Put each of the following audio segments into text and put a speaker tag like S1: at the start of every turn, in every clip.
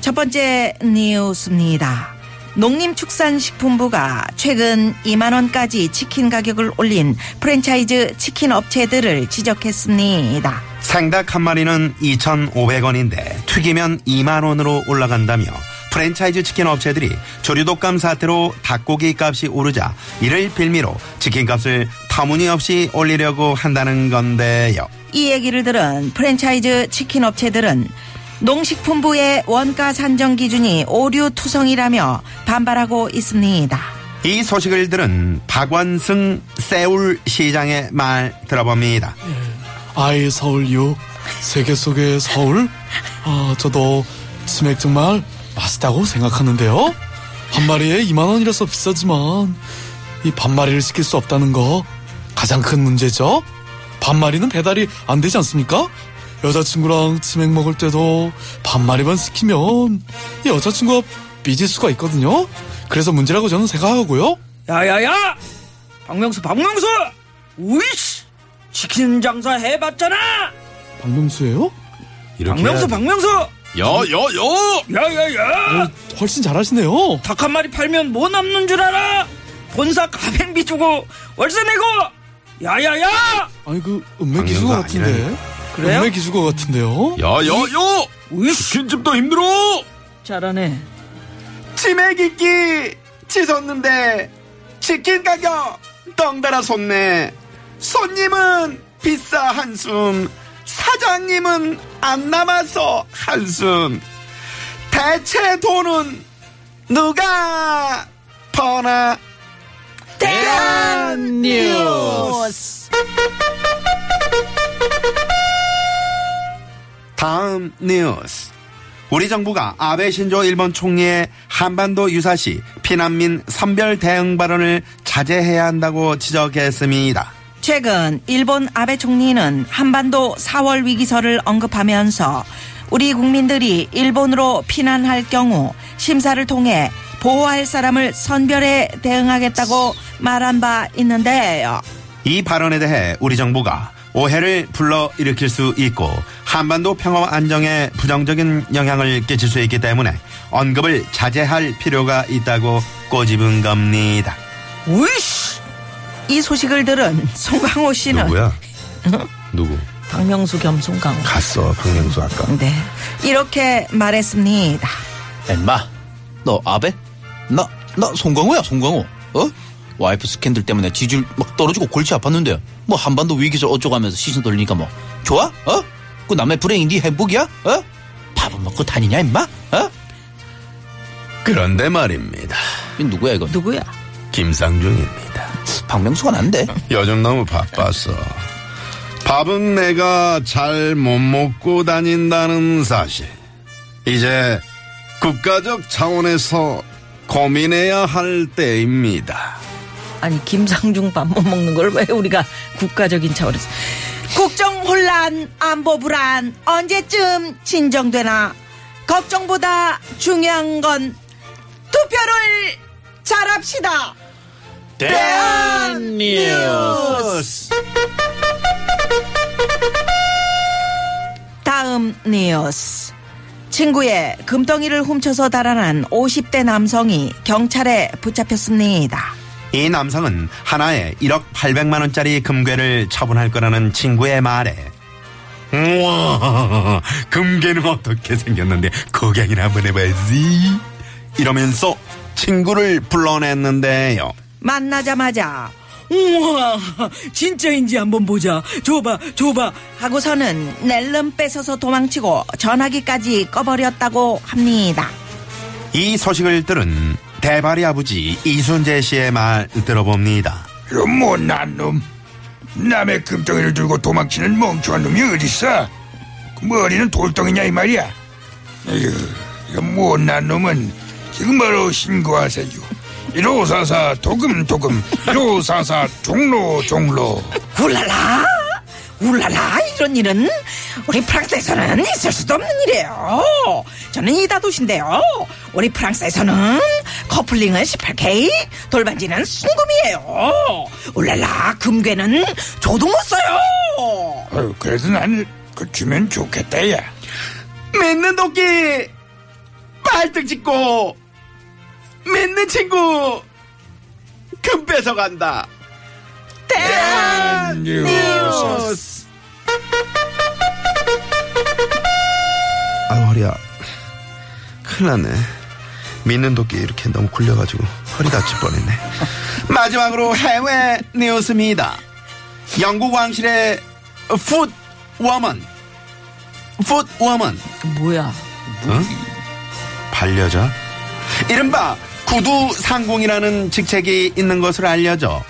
S1: 첫 번째 뉴스입니다. 농림축산식품부가 최근 2만 원까지 치킨 가격을 올린 프랜차이즈 치킨 업체들을 지적했습니다.
S2: 생닭 한 마리는 2,500원인데 튀기면 2만 원으로 올라간다며 프랜차이즈 치킨 업체들이 조류독감 사태로 닭고기 값이 오르자 이를 빌미로 치킨 값을 터무니없이 올리려고 한다는 건데요.
S1: 이 얘기를 들은 프랜차이즈 치킨 업체들은 농식품부의 원가 산정 기준이 오류 투성이라며 반발하고 있습니다.
S2: 이 소식을 들은 박완승 세울 시장의 말 들어봅니다.
S3: 아이 서울유 세계 속의 서울 아 저도 치맥 정말 맛있다고 생각하는데요 한 마리에 2만 원이라서 비싸지만 이 반마리를 시킬 수 없다는 거 가장 큰 문제죠 반마리는 배달이 안 되지 않습니까 여자친구랑 치맥 먹을 때도 반마리만 시키면 이 여자친구가 삐질 수가 있거든요 그래서 문제라고 저는 생각하고요
S4: 야야야! 박명수 박명수! 우이씨! 치킨 장사 해봤잖아!
S3: 박명수예요
S2: 이렇게
S4: 박명수 박명수!
S2: 여여여
S4: 야야야! 어,
S3: 훨씬 잘하시네요
S4: 닭 한 마리 팔면 뭐 남는 줄 알아? 본사 가맹비 주고 월세 내고! 야야야!
S3: 아니 그 음매
S2: 박명수
S3: 기수거 같은데
S2: 아니라니까.
S4: 그래요?
S3: 음매 기수거 같은데요
S2: 여여여
S4: 우이씨!
S2: 치킨집도 힘들어.
S4: 잘하네.
S2: 치맥 있기 치솟는데 치킨 가격 덩달아 솟네. 손님은 비싸 한숨, 사장님은 안 남아서 한숨. 대체 돈은 누가 버나? 대한
S3: 어,
S2: 뉴스. 다음 뉴스. 우리 정부가 아베 신조 일본 총리의 한반도 유사시 피난민 선별 대응 발언을 자제해야 한다고 지적했습니다.
S1: 최근 일본 아베 총리는 한반도 4월 위기설을 언급하면서 우리 국민들이 일본으로 피난할 경우 심사를 통해 보호할 사람을 선별해 대응하겠다고 말한 바 있는데요.
S2: 이 발언에 대해 우리 정부가 오해를 불러일으킬 수 있고 한반도 평화와 안정에 부정적인 영향을 끼칠 수 있기 때문에 언급을 자제할 필요가 있다고 꼬집은 겁니다.
S4: 우이씨!
S1: 이 소식을 들은 송강호 씨는
S2: 누구?
S1: 박명수 겸 송강호.
S2: 갔어 박명수 아까.
S1: 네. 이렇게 말했습니다.
S5: 엠마 너 아베? 나, 나 송강호야 송강호 어? 와이프 스캔들 때문에 지지율 막 떨어지고 골치 아팠는데 뭐 한반도 위기설 어쩌고 하면서 시선 돌리니까 뭐 좋아? 어? 그 남의 불행이 네 행복이야? 어? 밥은 먹고 다니냐 엠마? 어?
S2: 그런데 말입니다.
S5: 이 누구야 이거
S1: 누구야?
S2: 김상중입니다.
S5: 박명수가 난데
S2: 요즘 너무 바빴어. 밥은 내가 잘 못 먹고 다닌다는 사실. 이제 국가적 차원에서 고민해야 할 때입니다.
S1: 아니 김상중 밥 못 먹는 걸 왜 우리가 국가적인 차원에서 국정 혼란 안보 불안 언제쯤 진정되나 걱정보다 중요한 건 투표를 잘합시다 대한뉴스 다음 뉴스 친구의 금덩이를 훔쳐서 달아난 50대 남성이 경찰에 붙잡혔습니다
S2: 이 남성은 하나에 1억 800만 원짜리 금괴를 처분할 거라는 친구의 말에 우와 금괴는 어떻게 생겼는데 구경이나 한번 해봐야지 이러면서 친구를 불러냈는데요
S1: 만나자마자
S4: 우와! 진짜인지 한번 보자. 줘봐, 줘봐.
S1: 하고서는 낼름 뺏어서 도망치고 전화기까지 꺼버렸다고 합니다.
S2: 이 소식을 들은 대발이 아버지 이순재 씨의 말 들어봅니다
S6: 그 못난 놈. 남의 금덩이를 들고 도망치는 멍청한 놈이 어딨어? 그 머리는 돌덩이냐 이 말이야. 에휴, 이뭐 못난 놈은 지금 바로 신고하세요 1544 도금 도금 1544 종로 종로
S1: 울랄라 울랄라 이런 일은 우리 프랑스에서는 있을 수도 없는 일이에요 저는 이다도신데요 우리 프랑스에서는 커플링은 18K 돌반지는 순금이에요 울랄라 금괴는 저도 못 써요
S6: 아유, 그래도 난 그 주면 좋겠다 야
S2: 맺는 도끼 발등 찍고 맺는 친구 금 뺏어간다
S6: 뉴스
S2: 아유 허리야 큰일 났네 믿는 도끼 이렇게 너무 굴려가지고 허리 다칠 뻔했네 마지막으로 해외 뉴스입니다 영국 왕실의 풋워먼 풋워먼
S1: 뭐야
S2: 반려자? 이른바 구두상공이라는 직책이 있는 것으로 알려져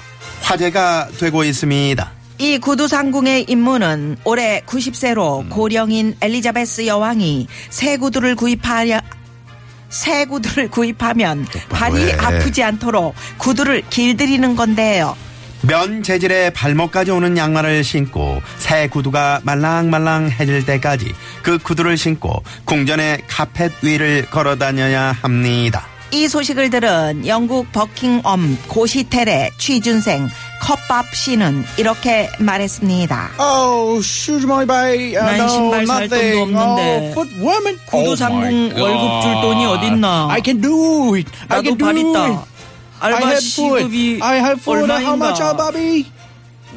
S2: 화제가 되고 있습니다.
S1: 이 구두상궁의 임무는 올해 90세로
S2: 음.
S1: 고령인 엘리자베스 여왕이 새 구두를 구입하려 새 구두를 구입하면
S2: 똑바로
S1: 발이
S2: 해.
S1: 아프지 않도록 구두를 길들이는 건데요.
S2: 면 재질의 발목까지 오는 양말을 신고 새 구두가 말랑말랑해질 때까지 그 구두를 신고 궁전의 카펫 위를 걸어 다녀야 합니다.
S1: 이 소식을 들은 영국 버킹엄 고시텔의 취준생 컵밥 씨는 이렇게 말했습니다.
S4: Oh, shoes my baby.
S1: 난 신발 살 돈도 없는데.
S4: Oh, foot woman.
S1: 구두상궁 월급 줄 돈이 어딨나?
S4: I can do it. I
S1: 나도
S4: can do
S1: 발
S4: it.
S1: 있다.
S4: I
S1: 알바
S4: have food.
S1: 시급이
S4: I have food. How much,
S1: 얼마인가?
S4: oh, baby?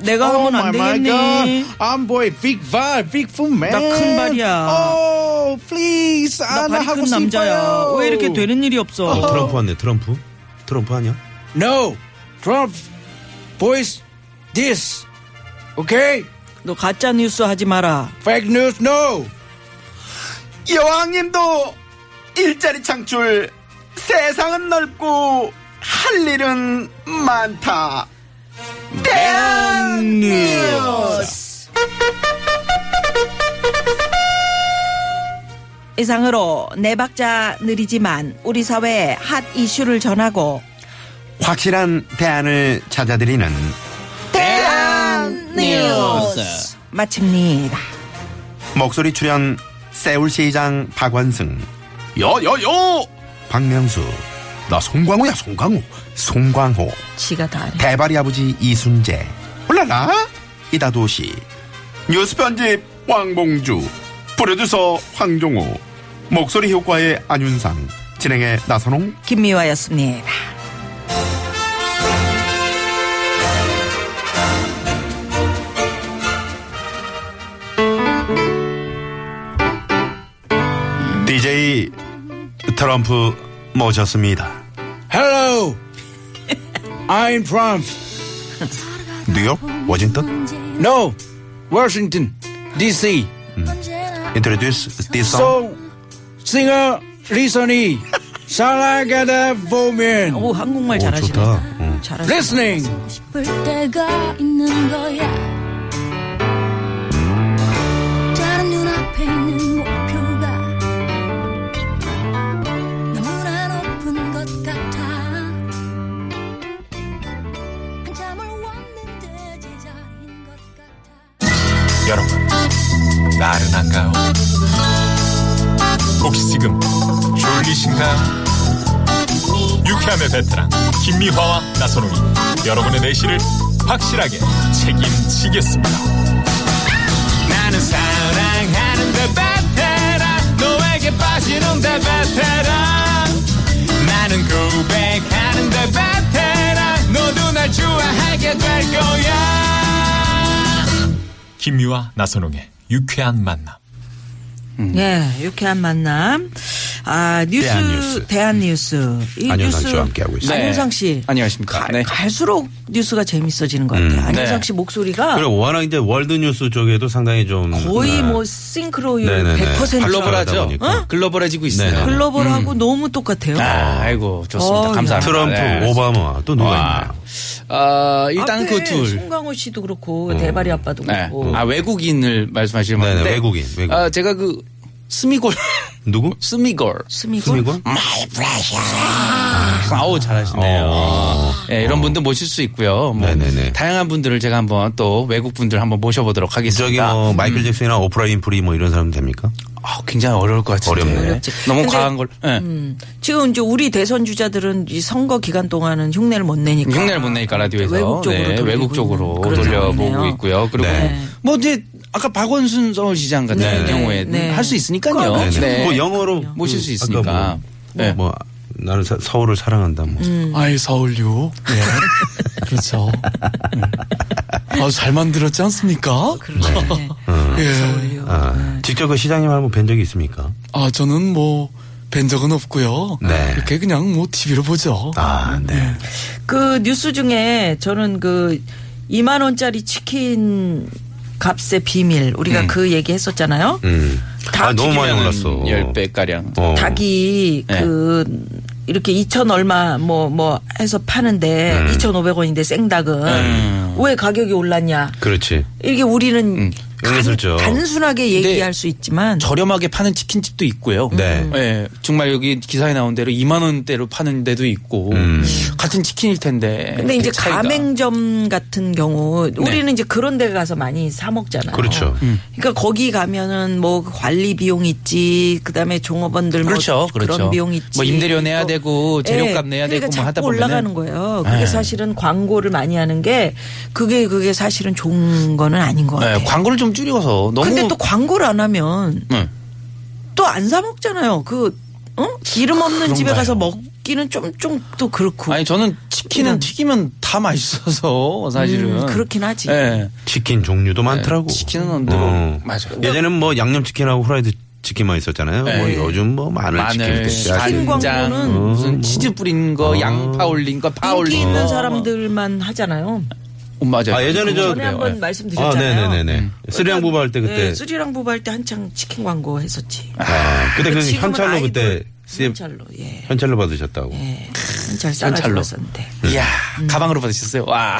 S1: 내가
S4: oh
S1: 아, 하면 안
S4: my, my
S1: 되겠니?
S4: God. I'm boy big bar, big food man.
S1: 큰 발이야.
S4: Oh, please.
S1: 나
S4: 아, 나
S1: 발이
S4: 하고
S1: 큰 남자야.
S4: 싶어요.
S1: 왜 이렇게 되는 일이 없어?
S2: 트럼프 왔네, 트럼프. 트럼프 아니야?
S6: No Trump boys this okay
S1: 너 가짜 뉴스 하지 마라.
S6: fake news no
S2: 여왕님도 일자리 창출 세상은 넓고 할 일은 많다. 대한 뉴스.
S1: 이상으로 네 박자 느리지만 우리 사회의 핫 이슈를 전하고
S2: 확실한 대안을 찾아드리는
S1: 대한
S5: 뉴스.
S1: 마칩니다.
S2: 목소리 출연 세울시장 박원승
S7: 여여여
S2: 박명수
S7: 나 송광호야 송광호
S2: 송광호
S1: 지가 다 알아.
S2: 대발이 아버지 이순재 올라라 이다도시
S7: 뉴스 편집 왕봉주
S2: 프로듀서 황종호 목소리 효과의 안윤상 진행의 나선홍
S1: 김미화였습니다.
S2: DJ 트럼프 모셨습니다
S6: Hello I'm Trump
S2: 뉴욕 워싱턴
S6: no Washington DC
S2: 음. Introduce this song
S6: So, singer, listening, 사랑하다 보면
S1: 오 한국말
S2: 오,
S1: 아, 잘하시네.
S2: 좋다. 음. 응.
S1: 잘하시네.
S6: listening.
S8: 볼 때가 있는 거야 다른 눈앞에 있는 목표가 너무나 높은 것 같아 한참을 왔는데 제자리인 것 같아
S3: 여러분, 나른한가요? 혹시 지금 졸리신가요? 유쾌함의 베테랑 김미화와 나선홍이 여러분의 내실을 확실하게 책임지겠습니다. 나는 사랑하는데 베테랑 너에게 빠지는데 베테랑 나는 고백하는데 베테랑 너도 날 좋아하게 될 거야. 김유와 나선홍의 유쾌한 만남.
S1: 예, 유쾌한 만남. 아 뉴스
S2: 대한 뉴스.
S1: 대한 뉴스. 이
S2: 안윤상 씨와 함께하고 있습니다.
S5: 네.
S1: 안윤상 씨.
S5: 안녕하십니까.
S1: 가-
S5: 네.
S1: 갈수록 뉴스가 재밌어지는 것
S2: 음.
S1: 같아요. 안윤상
S5: 네.
S1: 씨 목소리가
S7: 그리고 워낙 이제 월드뉴스 쪽에도 상당히 좀 네.
S1: 거의 뭐 싱크로율
S7: 네네네.
S1: 100%.
S7: 글로벌하다
S5: 아, 글로벌하죠.
S7: 보니까.
S5: 어? 글로벌해지고 있어요.
S7: 네.
S2: 음.
S1: 글로벌하고 너무 똑같아요.
S5: 아, 아이고 좋습니다.
S1: 어,
S5: 감사합니다.
S7: 트럼프
S5: 네.
S7: 오바마 또 누가
S5: 와.
S7: 있나요
S5: 아, 일단
S1: 앞에
S5: 그 둘.
S1: 송강호 씨도
S2: 어.
S1: 그렇고 대발이 아빠도
S5: 네.
S1: 그렇고.
S5: 아 외국인을 말씀하시는
S7: 네네,
S5: 건데
S7: 외국인, 외국인.
S5: 아, 제가 그 스미골.
S2: 누구?
S5: 스미골.
S1: 스미골?
S2: 스미골?
S5: My precious. 아우 잘하시네요. 예, 이런 분들 모실 수 있고요. 뭐
S2: 네네네.
S5: 다양한 분들을 제가 한번 또 외국 분들 한번 모셔보도록 하겠습니다.
S2: 저기
S6: 아,
S2: 뭐
S6: 음.
S2: 마이클 잭슨이나 오프라 윈프리 뭐 이런 사람 됩니까?
S5: 아, 굉장히 어려울 것 같은데.
S2: 어렵네.
S1: 어렵지.
S5: 너무
S1: 근데,
S5: 과한 걸. 예.
S1: 음, 지금 이제 우리 대선 주자들은 이 선거 기간 동안은 흉내를 못 내니까.
S5: 흉내를 못 내니까 라디오에서
S1: 외국 쪽으로
S5: 네,
S1: 돌리고
S5: 외국 쪽으로
S1: 있는 그런
S5: 돌려보고
S1: 상황이네요.
S5: 있고요. 그리고
S2: 네.
S5: 뭐 이제 아까 박원순 서울시장 같은
S2: 네.
S5: 경우에 는
S1: 네.
S5: 할 수 있으니까요.
S1: 그렇죠. 그럼, 뭐
S2: 네네. 그 영어로
S5: 뭐 모실
S2: 그
S5: 수
S2: 아까
S5: 있으니까.
S2: 뭐,
S5: 네.
S2: 뭐 나는 서, 서울을 사랑한다 뭐.
S1: 음.
S5: 음.
S3: 아이 서울요. 예. 그렇죠. 음. 아주 잘 만들었지
S5: 어,
S3: 않습니까?
S5: 그렇죠.
S1: 그러네.
S3: 예.
S2: 아,
S1: 네.
S2: 직접 그 시장님 한번 뵌 적이 있습니까?
S3: 아 저는 뭐 뵌 적은 없고요.
S2: 네.
S3: 이렇게 그냥 뭐 TV로 보죠.
S2: 아, 네.
S1: 그 뉴스 중에 저는 그 2만 원짜리 치킨 값의 비밀
S5: 음.
S1: 우리가 그 얘기 했었잖아요.
S2: 음.
S1: 다
S2: 아, 너무 많이
S5: 한
S2: 올랐어.
S5: 10배가량.
S2: 어.
S1: 닭이
S5: 네.
S1: 그 이렇게 2천 얼마 뭐 뭐 해서 파는데
S5: 음.
S1: 2,500원인데 생닭은 왜 가격이 올랐냐?
S2: 그렇지.
S1: 이게 우리는
S2: 은근슬쩍.
S1: 단, 순하게
S5: 음. 근데
S1: 얘기할 수 있지만
S5: 저렴하게 파는 치킨집도 있고요.
S2: 네.
S5: 예, 정말 여기 기사에 나온 대로 2만 원대로 파는 데도 있고
S2: 음.
S5: 같은 치킨일 텐데.
S1: 근데 이제
S5: 이렇게 차이가. 네.
S1: 가맹점 같은 경우 우리는 이제 그런 데 가서 많이 사 먹잖아요.
S2: 그렇죠.
S1: 그러니까 거기 가면은 뭐 관리 비용 있지, 그다음에 종업원들
S5: 그렇죠,
S1: 뭐
S5: 그렇죠.
S1: 그런 비용 있지.
S5: 뭐 임대료 내야
S1: 또-
S5: 되고 재료값 내야
S1: 그러니까
S5: 되고 뭐
S1: 자꾸
S5: 하다 보면은-
S1: 올라가는 거예요. 그게
S5: 예.
S1: 사실은 광고를 많이 하는 게 그게 그게 사실은 좋은 거는 아닌 것 같아요.
S5: 예, 광고를 좀 줄여서 너무
S1: 근데 또 광고를 안 하면
S5: 음.
S1: 또 안 사 먹잖아요. 그 어? 이름 없는 집에
S5: 그런가요?
S1: 가서 먹기는 좀 좀 또 그렇고.
S5: 아니 저는 치킨은
S1: 이런.
S5: 튀기면 다 맛있어서 사실은
S1: 음, 그렇긴 하지.
S5: 예.
S2: 치킨 종류도 많더라고.
S5: 치킨은 늘
S2: 어.
S5: 맞아요.
S2: 예전에는 뭐 양념치킨하고 후라이드 치킨만 있었잖아요.
S5: 네.
S2: 뭐 요즘 뭐 마늘,
S5: 마늘,
S2: 치킨도
S1: 치킨
S2: 있고.
S1: 광고.
S5: 간장,
S1: 광고는
S2: 음.
S5: 무슨 치즈 뿌린 거,
S3: 어.
S1: 음.
S5: 양파 올린 거, 파 올린
S1: 인기
S5: 거.
S1: 있는 사람들만 하잖아요.
S5: 어, 맞아요.
S2: 아, 예전에 저-
S1: 전에
S2: 그래요,
S1: 한번
S5: 예.
S2: 아,
S1: 말씀드렸잖아요.
S2: 네네네네.
S5: 음.
S2: 쓰리랑 부부할 때 그때.
S1: 네, 쓰리랑 부부할 때 한창 치킨 광고 했었지.
S2: 아, 그때 그
S1: 지금은
S2: 현찰로
S1: 아이돌,
S2: 그때 CF
S1: 현찰로 예.
S2: 현찰로 받으셨다고.
S1: 예. 현찰 싸가지고
S5: 현찰로.
S1: 왔었는데
S5: 이야,
S1: 음.
S5: 가방으로 받으셨어요. 와,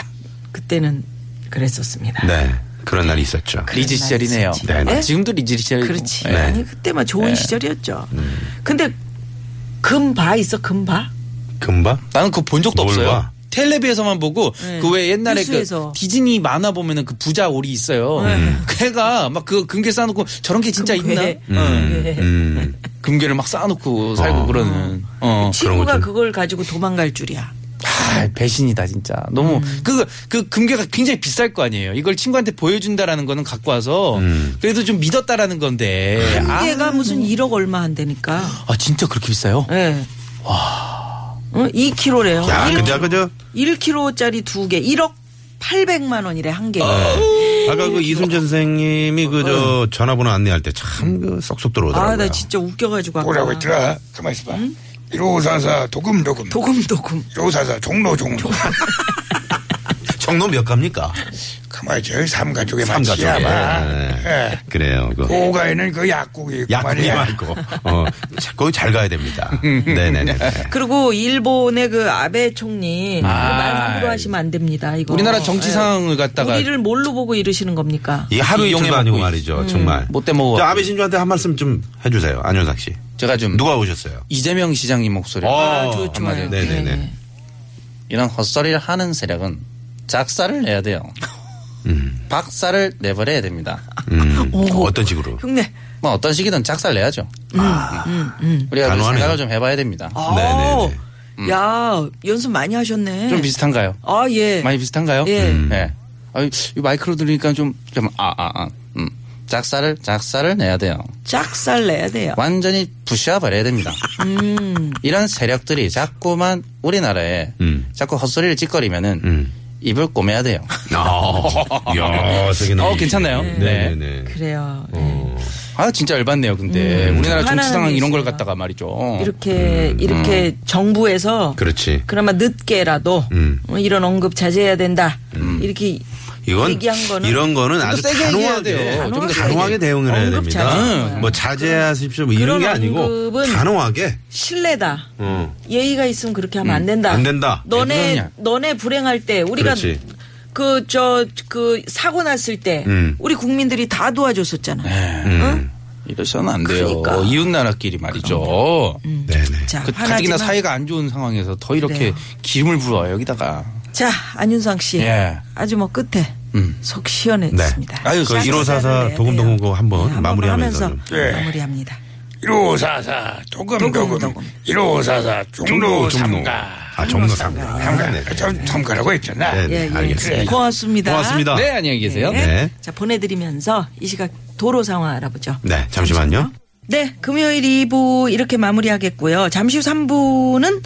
S1: 그때는 그랬었습니다.
S2: 네. 그런 날이 있었죠.
S5: 리즈 시절이네요.
S1: 있었지.
S2: 네, 음. 네.
S5: 아, 지금도 리즈 시절이고.
S1: 그렇지.
S5: 예.
S1: 아니 그때만 좋은 시절이었죠. 근데 금바 있어 금바?
S2: 금방?
S5: 나는 그거 본 적도
S2: 뭘
S5: 없어요.
S2: 봐?
S5: 텔레비에서만 보고
S1: 네.
S5: 그 왜 옛날에 그
S1: 뉴스에서. 네.
S5: 디즈니 만화 보면은 그 부자 오리 있어요.
S2: 음.
S5: 걔가 막 그 금괴 쌓아놓고 저런 게 진짜
S1: 금괴.
S5: 있나? 응.
S2: 음.
S5: 금괴를 막 쌓아놓고 살고
S2: 어.
S5: 그러는. 어.
S1: 친구가
S2: 것들.
S1: 그걸 가지고 도망갈 줄이야.
S5: 아, 배신이다 진짜. 너무
S1: 음.
S5: 그그 그 금괴가 굉장히 비쌀 거 아니에요. 이걸 친구한테 보여준다라는 거는 갖고 와서
S2: 음.
S5: 그래도 좀 믿었다라는 건데. 아,
S1: 얘가 무슨 1억 얼마 한다니까.
S5: 아, 진짜 그렇게 비싸요?
S1: 예. 와. 2kg래요.
S2: 야, 근데 아까 저
S1: 1kg짜리 두 개, 1억 800만 원이래 한 개.
S2: 아까 그 이순재 선생님이 그 저 전화번호 안내할 때 참 그 쏙쏙 들어오더라고요.
S1: 아, 나 진짜 웃겨가지고 아까.
S6: 뭐라고 했더라? 가만 있어봐. 1544 도금 도금.
S1: 도금 도금.
S6: 1544 종로 종로.
S2: 정로 몇 갑니까?
S6: 가만 있어. 삼가족에
S2: 삼가족에.
S6: 맞지 아마.
S2: 네.
S6: 예.
S2: 그래요. 그
S6: 고가에는 그 약국이 있고
S2: 약국이
S6: 말이야.
S2: 말고 어, 자, 거기 잘 가야 됩니다. 네네네.
S1: 그리고 일본의 그 아베 총리 그거
S5: 아,
S1: 말함부로 하시면 안 됩니다. 이거.
S5: 우리나라 정치
S1: 예.
S5: 상황을 갖다가
S1: 우리를 뭘로 보고 이러시는 겁니까?
S2: 이 하루
S5: 이용해
S2: 이틀도 아니고
S5: 먹고
S2: 말이죠. 정말.
S5: 못돼 먹어.
S2: 저 아베 신조한테 한 말씀 좀 해주세요. 안효상 씨.
S5: 제가 좀
S2: 누가 오셨어요?
S5: 이재명 시장님 목소리.
S1: 좋- 좋아요.
S5: 한마디.
S2: 네네네.
S1: 네.
S5: 이런 헛소리를 하는 세력은 작사를 내야 돼요. 박사를 내버려야 됩니다.
S2: 음, 어떤 식으로?
S1: 흉내.
S5: 뭐 어떤 시기든 작사를 내야죠.
S1: 음,
S5: 아. 우리가 좀
S2: 단호하네요.
S5: 생각을 좀 해봐야 됩니다.
S1: 아, 야 연습 많이 하셨네.
S5: 네. 음. 좀 비슷한가요?
S1: 아 예.
S5: 많이 비슷한가요?
S1: 예.
S5: 음. 예. 아유, 이 마이크로 들으니까 좀, 좀, 아, 아, 아. 음. 작사를, 작사를 내야 돼요.
S1: 짝살 내야 돼요.
S5: 완전히 부셔버려야 됩니다.
S1: 음.
S5: 이런 세력들이 자꾸만 우리나라에
S2: 음.
S5: 자꾸 헛소리를 짓거리면은 입을 꼬매야 돼요.
S2: 아, 야, 세게 넘어.
S5: 어, 괜찮나요?
S2: 네네네. 네.
S1: 그래요.
S5: 아, 진짜 열받네요, 근데. 우리나라 정치
S1: 화나는
S5: 상황 이런 걸
S1: 일이죠.
S5: 갖다가 말이죠. 음,
S1: 이렇게 이렇게 정부에서
S2: 그렇지.
S1: 그나마 늦게라도
S2: 음.
S1: 어, 이런 언급 자제해야 된다.
S5: 음.
S1: 이렇게
S2: 이건
S1: 얘기한 거는
S2: 이런 거는 아주
S5: 세게 얘기해야 돼요.
S2: 단호하게
S5: 좀더
S2: 단호하게 대응을 해야
S1: 언급
S2: 됩니다.
S1: 자제하는
S2: 뭐 자제하십시오 뭐
S1: 그런
S2: 이런 게 아니고
S1: 언급은
S2: 단호하게
S1: 신뢰다.
S2: 어.
S1: 예의가 있으면 그렇게 하면 안 된다.
S2: 음. 안 된다.
S1: 너네
S5: 그러냐.
S1: 너네 불행할 때 우리가
S2: 그렇지.
S1: 그 저 그 사고 났을 때
S2: 음.
S1: 우리 국민들이 다 도와줬었잖아.
S2: 음.
S5: 이러셔는 안 돼요.
S1: 그러니까.
S5: 이웃 나라끼리 말이죠.
S2: 네네.
S1: 자,
S5: 그 가뜩이나
S1: 화나지만- 네.
S5: 사이가 안 좋은 상황에서 더 이렇게
S1: 그래요.
S5: 기름을 부어요 여기다가.
S1: 자, 안윤상 씨.
S5: 예.
S1: 아주 뭐 끝에
S5: 음.
S1: 속 시원했습니다.
S5: 네. 아유, 그
S1: 시원한
S2: 1544
S1: 시간을 내야
S2: 도금도금
S1: 돼요.
S2: 그거 한번
S1: 네,
S2: 마무리하면서
S1: 하면서
S6: 좀. 예.
S1: 마무리합니다.
S6: 1544 도금도금
S1: 도금도금.
S6: 1544
S2: 종로, 종로.
S6: 종로 삼가
S2: 아, 종로 삼가.
S6: 삼가
S2: 네, 네.
S6: 참 삼가라고 했잖아
S2: 네, 네,
S1: 예, 예.
S2: 알겠습니다.
S1: 고맙습니다.
S2: 고맙습니다.
S5: 네 안녕히 계세요.
S1: 네.
S2: 네.
S1: 자, 보내드리면서 이 시각 도로 상황 알아보죠.
S2: 네, 잠시만요.
S1: 네, 금요일 2부 이렇게 마무리하겠고요. 잠시 후 3부는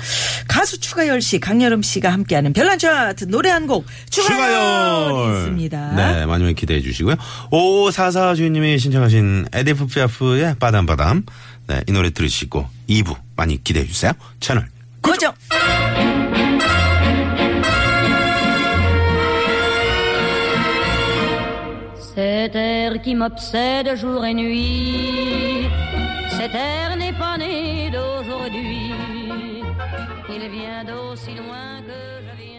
S1: 가수 추가열 씨, 강여름 씨가 함께하는 별난 차트 노래 한 곡 추가열 있습니다.
S2: 네, 많이 많이 기대해 주시고요. 5544 주인님이 신청하신 에디프 피아프의 바담바담. 네, 이 노래 들으시고 2부 많이 기대해 주세요. 채널
S1: 고정.
S8: Cet air qui m'obsède jour et nuit, cet air n'est pas né d'aujourd'hui. Il vient d'aussi loin que je viens.